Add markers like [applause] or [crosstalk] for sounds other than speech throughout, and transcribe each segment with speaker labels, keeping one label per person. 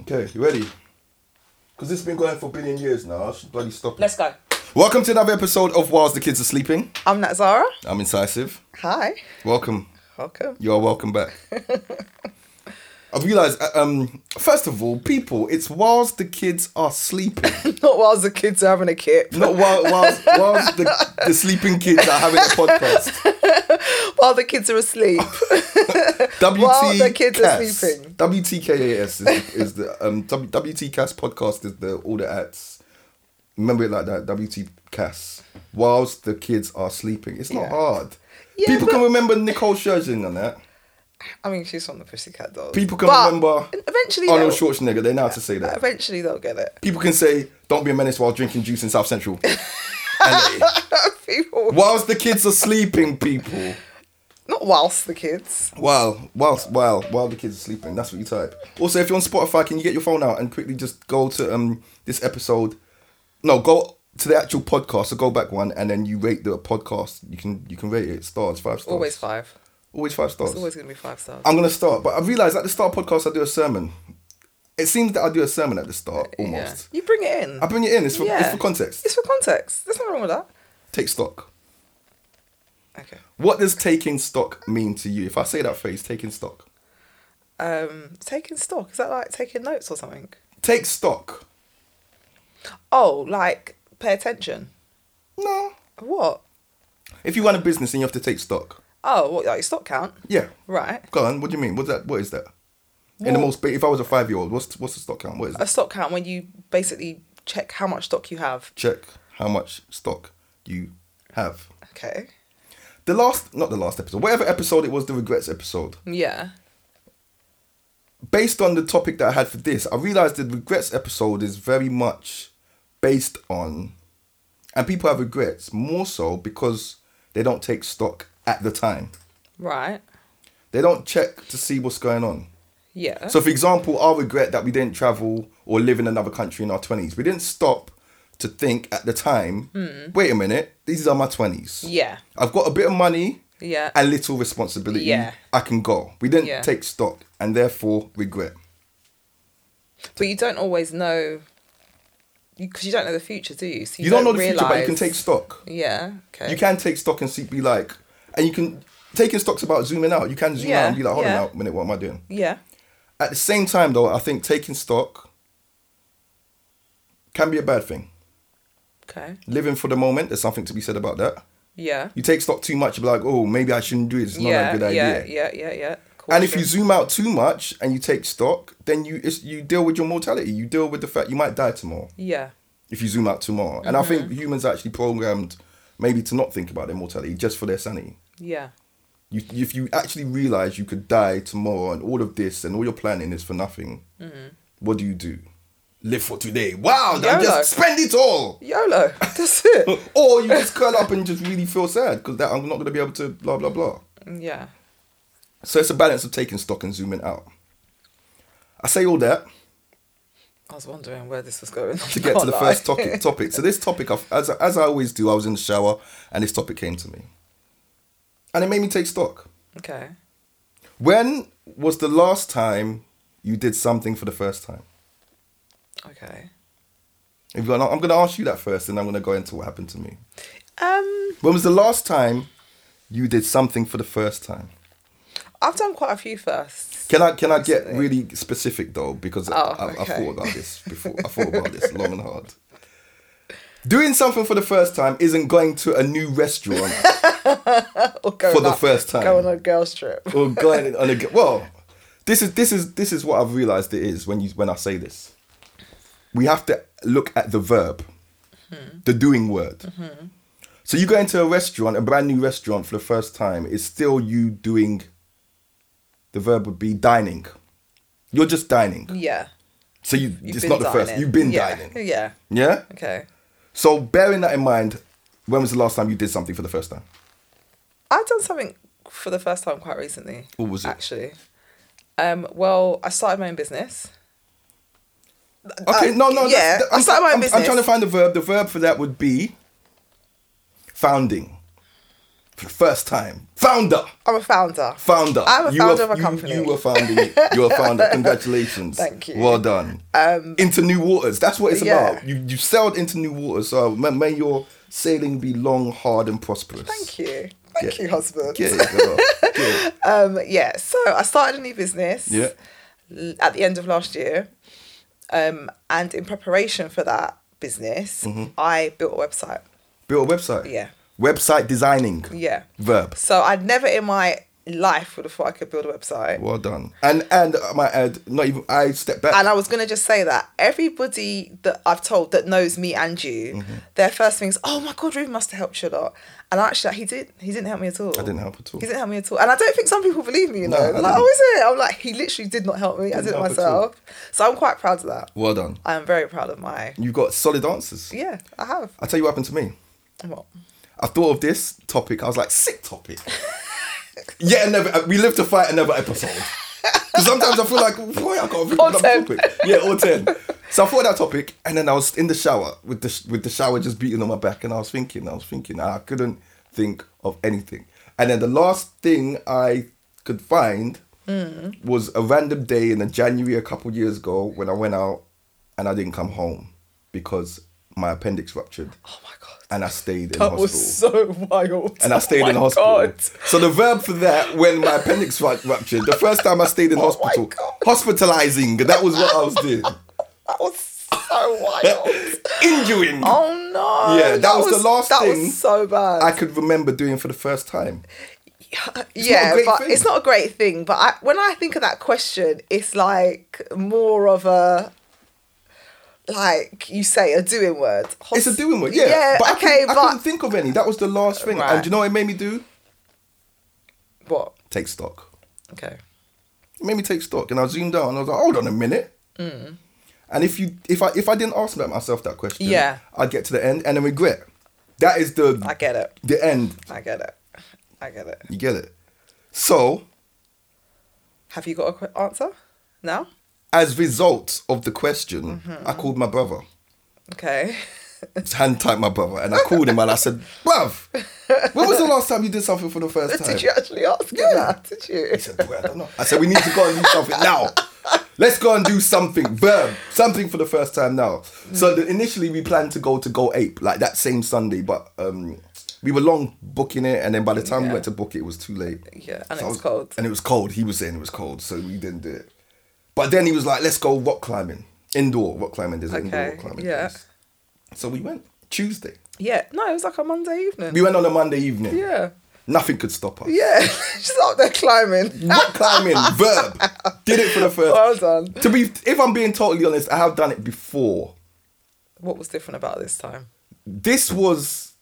Speaker 1: Okay, you ready? Because this has been going on for a billion years now. I should bloody stop it.
Speaker 2: Let's go.
Speaker 1: Welcome to another episode of Whilst the Kids Are Sleeping.
Speaker 2: I'm Nat Zara.
Speaker 1: I'm Incisive.
Speaker 2: Hi.
Speaker 1: Welcome.
Speaker 2: Welcome. [laughs]
Speaker 1: You are welcome back. I've realised, uh, um, first of all, people, it's whilst the kids are sleeping.
Speaker 2: Not whilst the kids are having a kip.
Speaker 1: Not while, whilst, whilst the, the sleeping kids are having a podcast.
Speaker 2: While the kids are asleep. [laughs]
Speaker 1: WT
Speaker 2: While the kids are sleeping.
Speaker 1: WTKAS is, is the um, w, WTCAS podcast is the all the ads. Remember it like that. WTCAS. Whilst the kids are sleeping, it's not
Speaker 2: Yeah.
Speaker 1: hard.
Speaker 2: Yeah,
Speaker 1: People
Speaker 2: but-
Speaker 1: can remember Nicole Scherzinger and that.
Speaker 2: I mean, she's from the Pussycat Dolls.
Speaker 1: People can
Speaker 2: But
Speaker 1: remember
Speaker 2: Eventually,
Speaker 1: Arnold
Speaker 2: they'll-
Speaker 1: Schwarzenegger. They know how to say that.
Speaker 2: eventually they'll get it. [laughs]
Speaker 1: People can say, "Don't be a menace while drinking juice in South Central." And-
Speaker 2: People.
Speaker 1: whilst the kids are sleeping, people.
Speaker 2: Not whilst the kids.
Speaker 1: While, whilst, while, while the kids are sleeping. That's what you type. Also, if you're on Spotify, can you get your phone out and quickly just go to um this episode? No, go to the actual podcast. So go back one, and then you rate the podcast. You can you can rate it stars five stars.
Speaker 2: Always five.
Speaker 1: Always five stars.
Speaker 2: It's always going to be five stars.
Speaker 1: I'm gonna start, but I realised at the start of podcast I do a sermon. It seems that I do a sermon at the start almost.
Speaker 2: Yeah. You bring it in.
Speaker 1: I bring it in. It's for it's
Speaker 2: Yeah.
Speaker 1: for context.
Speaker 2: It's for context. There's nothing wrong with that.
Speaker 1: Take stock.
Speaker 2: Okay.
Speaker 1: What does taking stock mean to you? If I say that phrase, taking stock.
Speaker 2: Um, taking stock. Is that like taking notes or something?
Speaker 1: Take stock.
Speaker 2: Oh, like pay attention.
Speaker 1: No.
Speaker 2: What?
Speaker 1: If you run a business and you have to take stock.
Speaker 2: Oh, what, like stock count?
Speaker 1: Yeah.
Speaker 2: Right.
Speaker 1: Go on. What do you mean? What's that? What is that? In the
Speaker 2: Well-
Speaker 1: most, ba- if I was a five-year-old, what's what's the stock count? What is
Speaker 2: A
Speaker 1: it?
Speaker 2: stock count when you basically check how much stock you have.
Speaker 1: Check how much stock you have.
Speaker 2: Okay.
Speaker 1: The last, not the last episode, whatever episode it was, the regrets episode.
Speaker 2: Yeah.
Speaker 1: Based on the topic that I had for this, I realized the regrets episode is very much based on, and people have regrets more so because they don't take stock at the time.
Speaker 2: Right.
Speaker 1: They don't check to see what's going on.
Speaker 2: Yeah.
Speaker 1: So, for example, I regret that we didn't travel or live in another country in our 20s. We didn't stop to think at the time, wait a minute, these are my 20s.
Speaker 2: Hmm. yeah.
Speaker 1: I've got a bit of money
Speaker 2: Yeah.
Speaker 1: and little responsibility.
Speaker 2: Yeah.
Speaker 1: I can go. We didn't
Speaker 2: Yeah.
Speaker 1: take stock and therefore regret.
Speaker 2: but you don't always know because you, don't know the future, do you? So
Speaker 1: You, don't, know the
Speaker 2: realise...
Speaker 1: future, but you can take stock.
Speaker 2: Yeah. Okay.
Speaker 1: You can take stock and see, be like, and you can, taking stock's about zooming out. You can zoom out
Speaker 2: Yeah,
Speaker 1: and be like, hold
Speaker 2: yeah.
Speaker 1: on a minute, what am I doing?
Speaker 2: Yeah.
Speaker 1: At the same time, though, I think taking stock can be a bad thing.
Speaker 2: Okay.
Speaker 1: living for the moment. There's something to be said about that.
Speaker 2: Yeah.
Speaker 1: You take stock too much, you're like, oh, maybe I shouldn't do it. It's not
Speaker 2: yeah,
Speaker 1: a good idea.
Speaker 2: yeah. Yeah. Yeah. Yeah.
Speaker 1: And if
Speaker 2: Caution.
Speaker 1: you zoom out too much and you take stock, then you it's, you deal with your mortality. You deal with the fact you might die tomorrow
Speaker 2: Yeah.
Speaker 1: if you zoom out tomorrow. And I
Speaker 2: Mm-hmm.
Speaker 1: think humans are actually programmed maybe to not think about their mortality just for their sanity.
Speaker 2: Yeah.
Speaker 1: You, if you actually realize you could die tomorrow and all of this and all your planning is for nothing,
Speaker 2: Mm-hmm.
Speaker 1: what do you do? Live for today. Wow, and
Speaker 2: YOLO.
Speaker 1: just spend it all.
Speaker 2: [laughs] YOLO. That's it.
Speaker 1: [laughs] or you just curl up and just really feel sad because that I'm not going to be able to blah blah blah.
Speaker 2: yeah.
Speaker 1: So it's a balance of taking stock and zooming out. I say all that
Speaker 2: I was wondering where this was going.
Speaker 1: to get to
Speaker 2: [laughs]
Speaker 1: the first topic. Topic. So this topic, I've, as as I always do, I was in the shower and this topic came to me, and it made me take stock.
Speaker 2: okay.
Speaker 1: When was the last time you did something for the first time?
Speaker 2: Okay.
Speaker 1: If you're not, I'm going to ask you that first, and I'm going to go into what happened to me.
Speaker 2: Um,
Speaker 1: When was the last time you did something for the first time?
Speaker 2: I've done quite a few firsts.
Speaker 1: Can I can I get
Speaker 2: Absolutely.
Speaker 1: really specific though? Because I-
Speaker 2: Oh,
Speaker 1: I, I,
Speaker 2: okay.
Speaker 1: thought about this before. I thought about this long and hard. Doing something for the first time isn't going to a new
Speaker 2: [laughs]
Speaker 1: restaurant
Speaker 2: Or go
Speaker 1: For the
Speaker 2: like-
Speaker 1: first time.
Speaker 2: Go on a girls trip.
Speaker 1: or going on a well. This is this is this is what I've realised it is when you when I say this. We have to look at the verb,
Speaker 2: Mm-hmm.
Speaker 1: the doing word. So you go into a restaurant, a brand new restaurant for the first time. It's still you doing. The verb would be dining. You're just dining.
Speaker 2: Yeah.
Speaker 1: So you,
Speaker 2: You've
Speaker 1: it's
Speaker 2: been
Speaker 1: not the first.
Speaker 2: dining.
Speaker 1: You've been
Speaker 2: yeah.
Speaker 1: dining.
Speaker 2: Yeah.
Speaker 1: Yeah.
Speaker 2: Okay.
Speaker 1: So bearing that in mind, when was the last time you did something for the first time?
Speaker 2: I've done something for the first time quite recently.
Speaker 1: What was it?
Speaker 2: Actually. Um, well, I started my own business.
Speaker 1: Okay. no, no.
Speaker 2: Uh, yeah,
Speaker 1: that's-
Speaker 2: I started my own
Speaker 1: I'm, I'm
Speaker 2: business.
Speaker 1: trying to find the verb. The verb for that would be founding. for the first time. Founder.
Speaker 2: I'm a founder.
Speaker 1: Founder.
Speaker 2: I'm a
Speaker 1: You were-
Speaker 2: founder of a
Speaker 1: you-
Speaker 2: company.
Speaker 1: You were founding it. You're a
Speaker 2: [laughs]
Speaker 1: founder. Congratulations.
Speaker 2: Thank you. Um,
Speaker 1: Well done. into new waters. That's what it's
Speaker 2: Yeah.
Speaker 1: about. You you sailed into new waters. So may, may your sailing be long, hard, and prosperous.
Speaker 2: Thank you. Thank
Speaker 1: Yeah.
Speaker 2: you, husband.
Speaker 1: Get it, girl. Get
Speaker 2: [laughs]
Speaker 1: it.
Speaker 2: Um, yeah, so I started a new business
Speaker 1: Yeah.
Speaker 2: l- at the end of last year. Um, and in preparation for that business,
Speaker 1: Mm-hmm.
Speaker 2: I built a website.
Speaker 1: Build a website.
Speaker 2: Yeah.
Speaker 1: Website designing.
Speaker 2: Yeah.
Speaker 1: Verb.
Speaker 2: So I'd never in my life would have thought I could build a website.
Speaker 1: Well done. And and I might add, not even I step back.
Speaker 2: And I was going to just say that everybody that I've told that knows me and you,
Speaker 1: Mm-hmm.
Speaker 2: their first thing is, oh my God, Ruben must have helped you a lot. And actually, he did. He didn't help me at all.
Speaker 1: I didn't help at all.
Speaker 2: He didn't help me at all. And I don't think some people believe me, you
Speaker 1: No,
Speaker 2: know.
Speaker 1: I
Speaker 2: They're like,
Speaker 1: didn't.
Speaker 2: oh, is it? I'm like, he literally did not help me. I
Speaker 1: Didn't
Speaker 2: did it
Speaker 1: help at all.
Speaker 2: myself. So I'm quite proud of that.
Speaker 1: Well done.
Speaker 2: I am very proud of my.
Speaker 1: You've got solid answers.
Speaker 2: Yeah, I have.
Speaker 1: I'll tell you what happened to me.
Speaker 2: Well,
Speaker 1: I thought of this topic. I was like, sick topic. yeah, another. uh, We live to fight another episode. 'Cause sometimes I feel like, boy, I got to
Speaker 2: All
Speaker 1: up
Speaker 2: 10.
Speaker 1: topic. Yeah, all ten. So I thought of that topic, and then I was in the shower with the with the shower just beating on my back, and I was thinking, I was thinking, and I couldn't think of anything. And then the last thing I could find
Speaker 2: Hmm.
Speaker 1: was a random day in the January a couple years ago when I went out and I didn't come home because my appendix ruptured
Speaker 2: oh my God.
Speaker 1: and I stayed in
Speaker 2: That
Speaker 1: hospital
Speaker 2: was so [laughs] wild.
Speaker 1: and I stayed
Speaker 2: oh my
Speaker 1: in hospital.
Speaker 2: God.
Speaker 1: So the verb for that, when my appendix ru- ruptured, the first time I stayed in
Speaker 2: Oh my
Speaker 1: hospital,
Speaker 2: God.
Speaker 1: hospitalizing. That was what I was doing.
Speaker 2: That was so [laughs] wild.
Speaker 1: Injuring.
Speaker 2: Oh no!
Speaker 1: Yeah, that was the last
Speaker 2: that
Speaker 1: thing
Speaker 2: was so bad.
Speaker 1: I could remember doing for the first time.
Speaker 2: yeah,
Speaker 1: great
Speaker 2: but
Speaker 1: thing.
Speaker 2: it's not a great thing. But I, when I think of that question, it's like more of a like you say a doing word.
Speaker 1: It's a doing word, yeah. but
Speaker 2: okay,
Speaker 1: I couldn't, I
Speaker 2: but
Speaker 1: couldn't think of any. That was the last thing.
Speaker 2: Right.
Speaker 1: And do you know what it made me do?
Speaker 2: what?
Speaker 1: Take stock.
Speaker 2: Okay.
Speaker 1: It made me take stock, and I zoomed out, and I was like, "Hold on a minute."
Speaker 2: Mm.
Speaker 1: And if you, if I, if I didn't ask myself that question,
Speaker 2: Yeah.
Speaker 1: I'd get to the end and then regret. That is the
Speaker 2: I get it.
Speaker 1: the end.
Speaker 2: I get it. I get it.
Speaker 1: You get it. So
Speaker 2: Have you got a qu- answer now?
Speaker 1: as result of the question, I called my brother,
Speaker 2: Okay. [laughs]
Speaker 1: hand typed my brother, and I called him and I said, "Bruv, when was the last time you did something for the first time?"
Speaker 2: Did you actually ask him
Speaker 1: Yeah.
Speaker 2: that? Did you?
Speaker 1: He said, "Boy, I don't know." I said, "We need to go and do something now. Let's go and do something, verb, something for the first time now." So the, initially we planned to go to Go Ape like that same Sunday, but um, we were long booking it, and then by the time we
Speaker 2: Yeah.
Speaker 1: went to book it, it was too late.
Speaker 2: Yeah, and
Speaker 1: So
Speaker 2: it
Speaker 1: I
Speaker 2: was cold.
Speaker 1: And it was cold. He was saying it was cold, so we didn't do it. But then he was like, "Let's go rock climbing, indoor rock climbing." There's an indoor
Speaker 2: Okay,
Speaker 1: rock climbing.
Speaker 2: yeah.
Speaker 1: place." So we went Tuesday.
Speaker 2: Yeah. No, it was like a Monday evening.
Speaker 1: We went on a Monday evening.
Speaker 2: yeah. [laughs]
Speaker 1: Nothing could stop us.
Speaker 2: Yeah, [laughs] she's up there climbing.
Speaker 1: Rock climbing, verb. Did it for the first.
Speaker 2: Well done.
Speaker 1: to be, if I'm being totally honest, I have done it before.
Speaker 2: What was different about this time?
Speaker 1: This was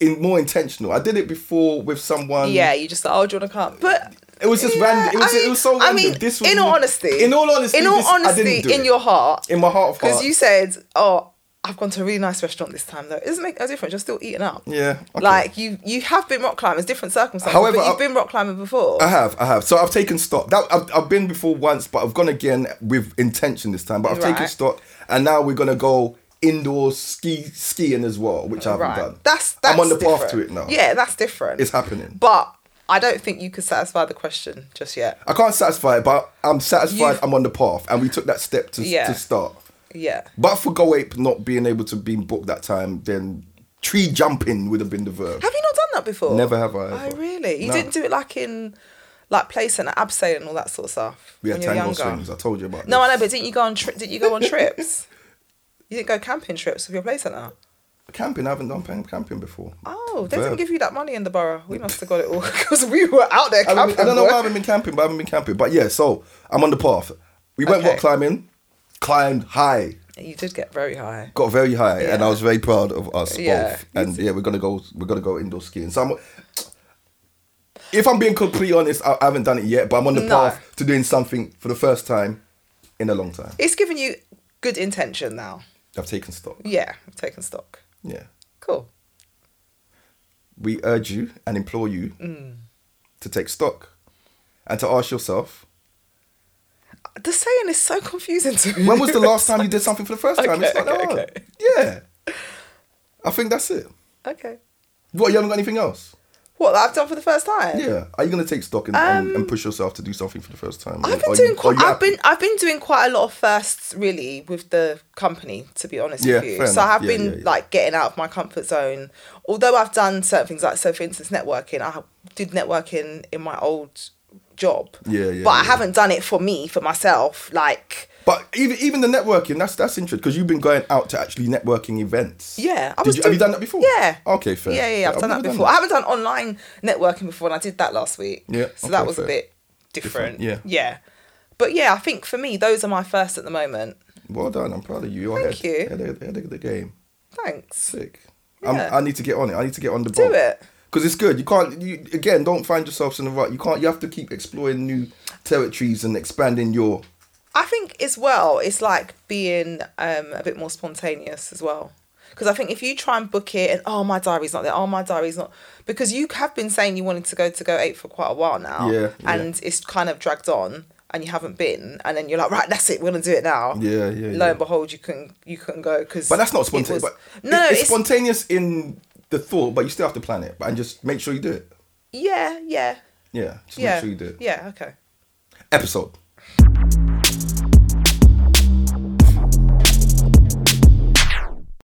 Speaker 1: in more intentional. I did it before with someone.
Speaker 2: yeah, you just like, oh, do you want to come? But
Speaker 1: Um, It was just
Speaker 2: Yeah,
Speaker 1: random. It was,
Speaker 2: I mean-
Speaker 1: it was so
Speaker 2: I
Speaker 1: random.
Speaker 2: mean,
Speaker 1: this was
Speaker 2: in all honesty,
Speaker 1: In all honesty,
Speaker 2: in all
Speaker 1: this- I
Speaker 2: honesty,
Speaker 1: didn't do
Speaker 2: in
Speaker 1: it.
Speaker 2: your heart,
Speaker 1: in my heart of
Speaker 2: because
Speaker 1: heart.
Speaker 2: you said, oh, I've gone to a really nice restaurant this time though. It doesn't make no difference. You're still eating out.
Speaker 1: Yeah, okay.
Speaker 2: Like you, you have been rock climbers, different circumstances.
Speaker 1: However,
Speaker 2: but
Speaker 1: I-
Speaker 2: you've been rock climbing before.
Speaker 1: I have, I have. So I've taken stock. That I've, I've been before once, but I've gone again with intention this time. But I've taken
Speaker 2: Right.
Speaker 1: stock, and now we're gonna go indoor ski skiing as well, which I haven't
Speaker 2: right.
Speaker 1: done.
Speaker 2: That's that's
Speaker 1: I'm on the
Speaker 2: different.
Speaker 1: path to it now.
Speaker 2: Yeah, that's different.
Speaker 1: it's happening.
Speaker 2: but I don't think you could satisfy the question just yet.
Speaker 1: I can't satisfy it, but I'm satisfied.
Speaker 2: You've-
Speaker 1: I'm on the path, and we took that step to
Speaker 2: Yeah.
Speaker 1: to start.
Speaker 2: Yeah.
Speaker 1: But for Go Ape not being able to be booked that time, then tree jumping would have been the verb.
Speaker 2: Have you not done that before?
Speaker 1: Never have I ever.
Speaker 2: Oh, really? You
Speaker 1: No.
Speaker 2: didn't do it like in like place and abse and all that sort of stuff
Speaker 1: We had
Speaker 2: when you were
Speaker 1: tango
Speaker 2: younger.
Speaker 1: swings. I told you about.
Speaker 2: No, I
Speaker 1: this.
Speaker 2: know, but didn't you go on trip? Didn't you go on trips? [laughs] You didn't go camping trips with your place centre.
Speaker 1: camping. I haven't done pan- camping before.
Speaker 2: Oh, they
Speaker 1: Verb.
Speaker 2: didn't give you that money in the borough. We must have got it all [laughs] because we were out there
Speaker 1: I, haven't
Speaker 2: camping.
Speaker 1: been- I don't know
Speaker 2: boy.
Speaker 1: why I haven't been camping, but I haven't been camping. But yeah, so I'm on the path. We went
Speaker 2: Okay.
Speaker 1: rock climbing, climbed high,
Speaker 2: You did get very high.
Speaker 1: got very high, and I
Speaker 2: Yeah.
Speaker 1: was very proud of us
Speaker 2: Yeah,
Speaker 1: both. And yeah, we're gonna go. We're gonna go indoor skiing. So I'm, if I'm being completely honest, I, I haven't done it yet, but I'm on the
Speaker 2: No.
Speaker 1: path to doing something for the first time in a long time.
Speaker 2: It's given you good intention now.
Speaker 1: I've taken stock.
Speaker 2: Yeah, I've taken stock.
Speaker 1: Yeah.
Speaker 2: Cool.
Speaker 1: we urge you and implore you to take stock and to ask yourself
Speaker 2: The saying is so confusing to me.
Speaker 1: when was the last time you did something for the first time? it's
Speaker 2: Okay,
Speaker 1: not that
Speaker 2: okay,
Speaker 1: hard.
Speaker 2: okay.
Speaker 1: Yeah. I think that's it.
Speaker 2: [laughs] okay.
Speaker 1: What, you haven't got anything else?
Speaker 2: What that I've done for the first time?
Speaker 1: Yeah. Are you gonna take stock and, and, and push yourself to do something for the first time?
Speaker 2: Um, I've
Speaker 1: Are
Speaker 2: been
Speaker 1: you-
Speaker 2: doing
Speaker 1: are you
Speaker 2: quite. I've
Speaker 1: happy?
Speaker 2: been I've been doing quite a lot of firsts really with the company. To be honest
Speaker 1: Yeah,
Speaker 2: with you,
Speaker 1: fair
Speaker 2: so I
Speaker 1: enough.
Speaker 2: have
Speaker 1: Yeah,
Speaker 2: been
Speaker 1: yeah, yeah.
Speaker 2: like getting out of my comfort zone. Although I've done certain things like so, for instance, networking. I ha- did networking in my old job.
Speaker 1: Yeah, yeah,
Speaker 2: But I
Speaker 1: yeah.
Speaker 2: haven't done it for me for myself. Like
Speaker 1: But even even the networking, that's that's interesting because you've been going out to actually networking events.
Speaker 2: yeah, I
Speaker 1: Did
Speaker 2: was.
Speaker 1: you, have you done
Speaker 2: doing-
Speaker 1: that before?
Speaker 2: Yeah.
Speaker 1: Okay, fair.
Speaker 2: Yeah, yeah, yeah, I've done that
Speaker 1: never
Speaker 2: before. I haven't done online networking before, and I did that last week.
Speaker 1: Yeah,
Speaker 2: So that
Speaker 1: okay,
Speaker 2: was a
Speaker 1: fair.
Speaker 2: bit different.
Speaker 1: Different,
Speaker 2: yeah. Yeah. But yeah, I think for me, those are my first at the moment.
Speaker 1: Well done. I'm proud of you. You're ahead,
Speaker 2: Thank you.
Speaker 1: Ahead, of- ahead of the game.
Speaker 2: Thanks.
Speaker 1: Sick.
Speaker 2: Yeah.
Speaker 1: I'm, I need to get on it. I need to get on the
Speaker 2: Do
Speaker 1: ball.
Speaker 2: it.
Speaker 1: Because it's good. You can't. You again. Don't find yourselves in the rut. You can't. You have to keep exploring new territories and expanding your.
Speaker 2: I think as well, it's like being um, a bit more spontaneous as well. Because I think if you try and book it and oh my diary's not there, oh my diary's not because you have been saying you wanted to go to go eight for quite a while now,
Speaker 1: Yeah, yeah.
Speaker 2: and it's kind of dragged on and you haven't been, and then you're like right, that's it, we're gonna do it now.
Speaker 1: Yeah, yeah,
Speaker 2: Lo
Speaker 1: yeah.
Speaker 2: and behold, you couldn't you couldn't go because
Speaker 1: But that's not spontaneous. But
Speaker 2: no,
Speaker 1: it- it's,
Speaker 2: it's
Speaker 1: spontaneous in the thought, but you still have to plan it. But and just make sure you do it.
Speaker 2: yeah, yeah,
Speaker 1: Yeah. Just
Speaker 2: yeah,
Speaker 1: make sure you do it.
Speaker 2: yeah. Okay.
Speaker 1: Episode.